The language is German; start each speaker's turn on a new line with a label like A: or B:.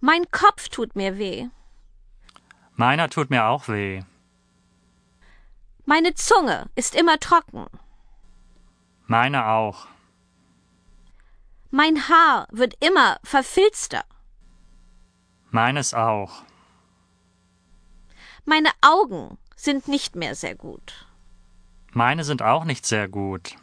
A: Mein Kopf tut mir weh.
B: Meiner tut mir auch weh.
A: Meine Zunge ist immer trocken.
B: Meiner auch.
A: Mein Haar wird immer verfilzter.
B: Meines auch.
A: Meine Augen sind nicht mehr sehr gut.
B: Meine sind auch nicht sehr gut.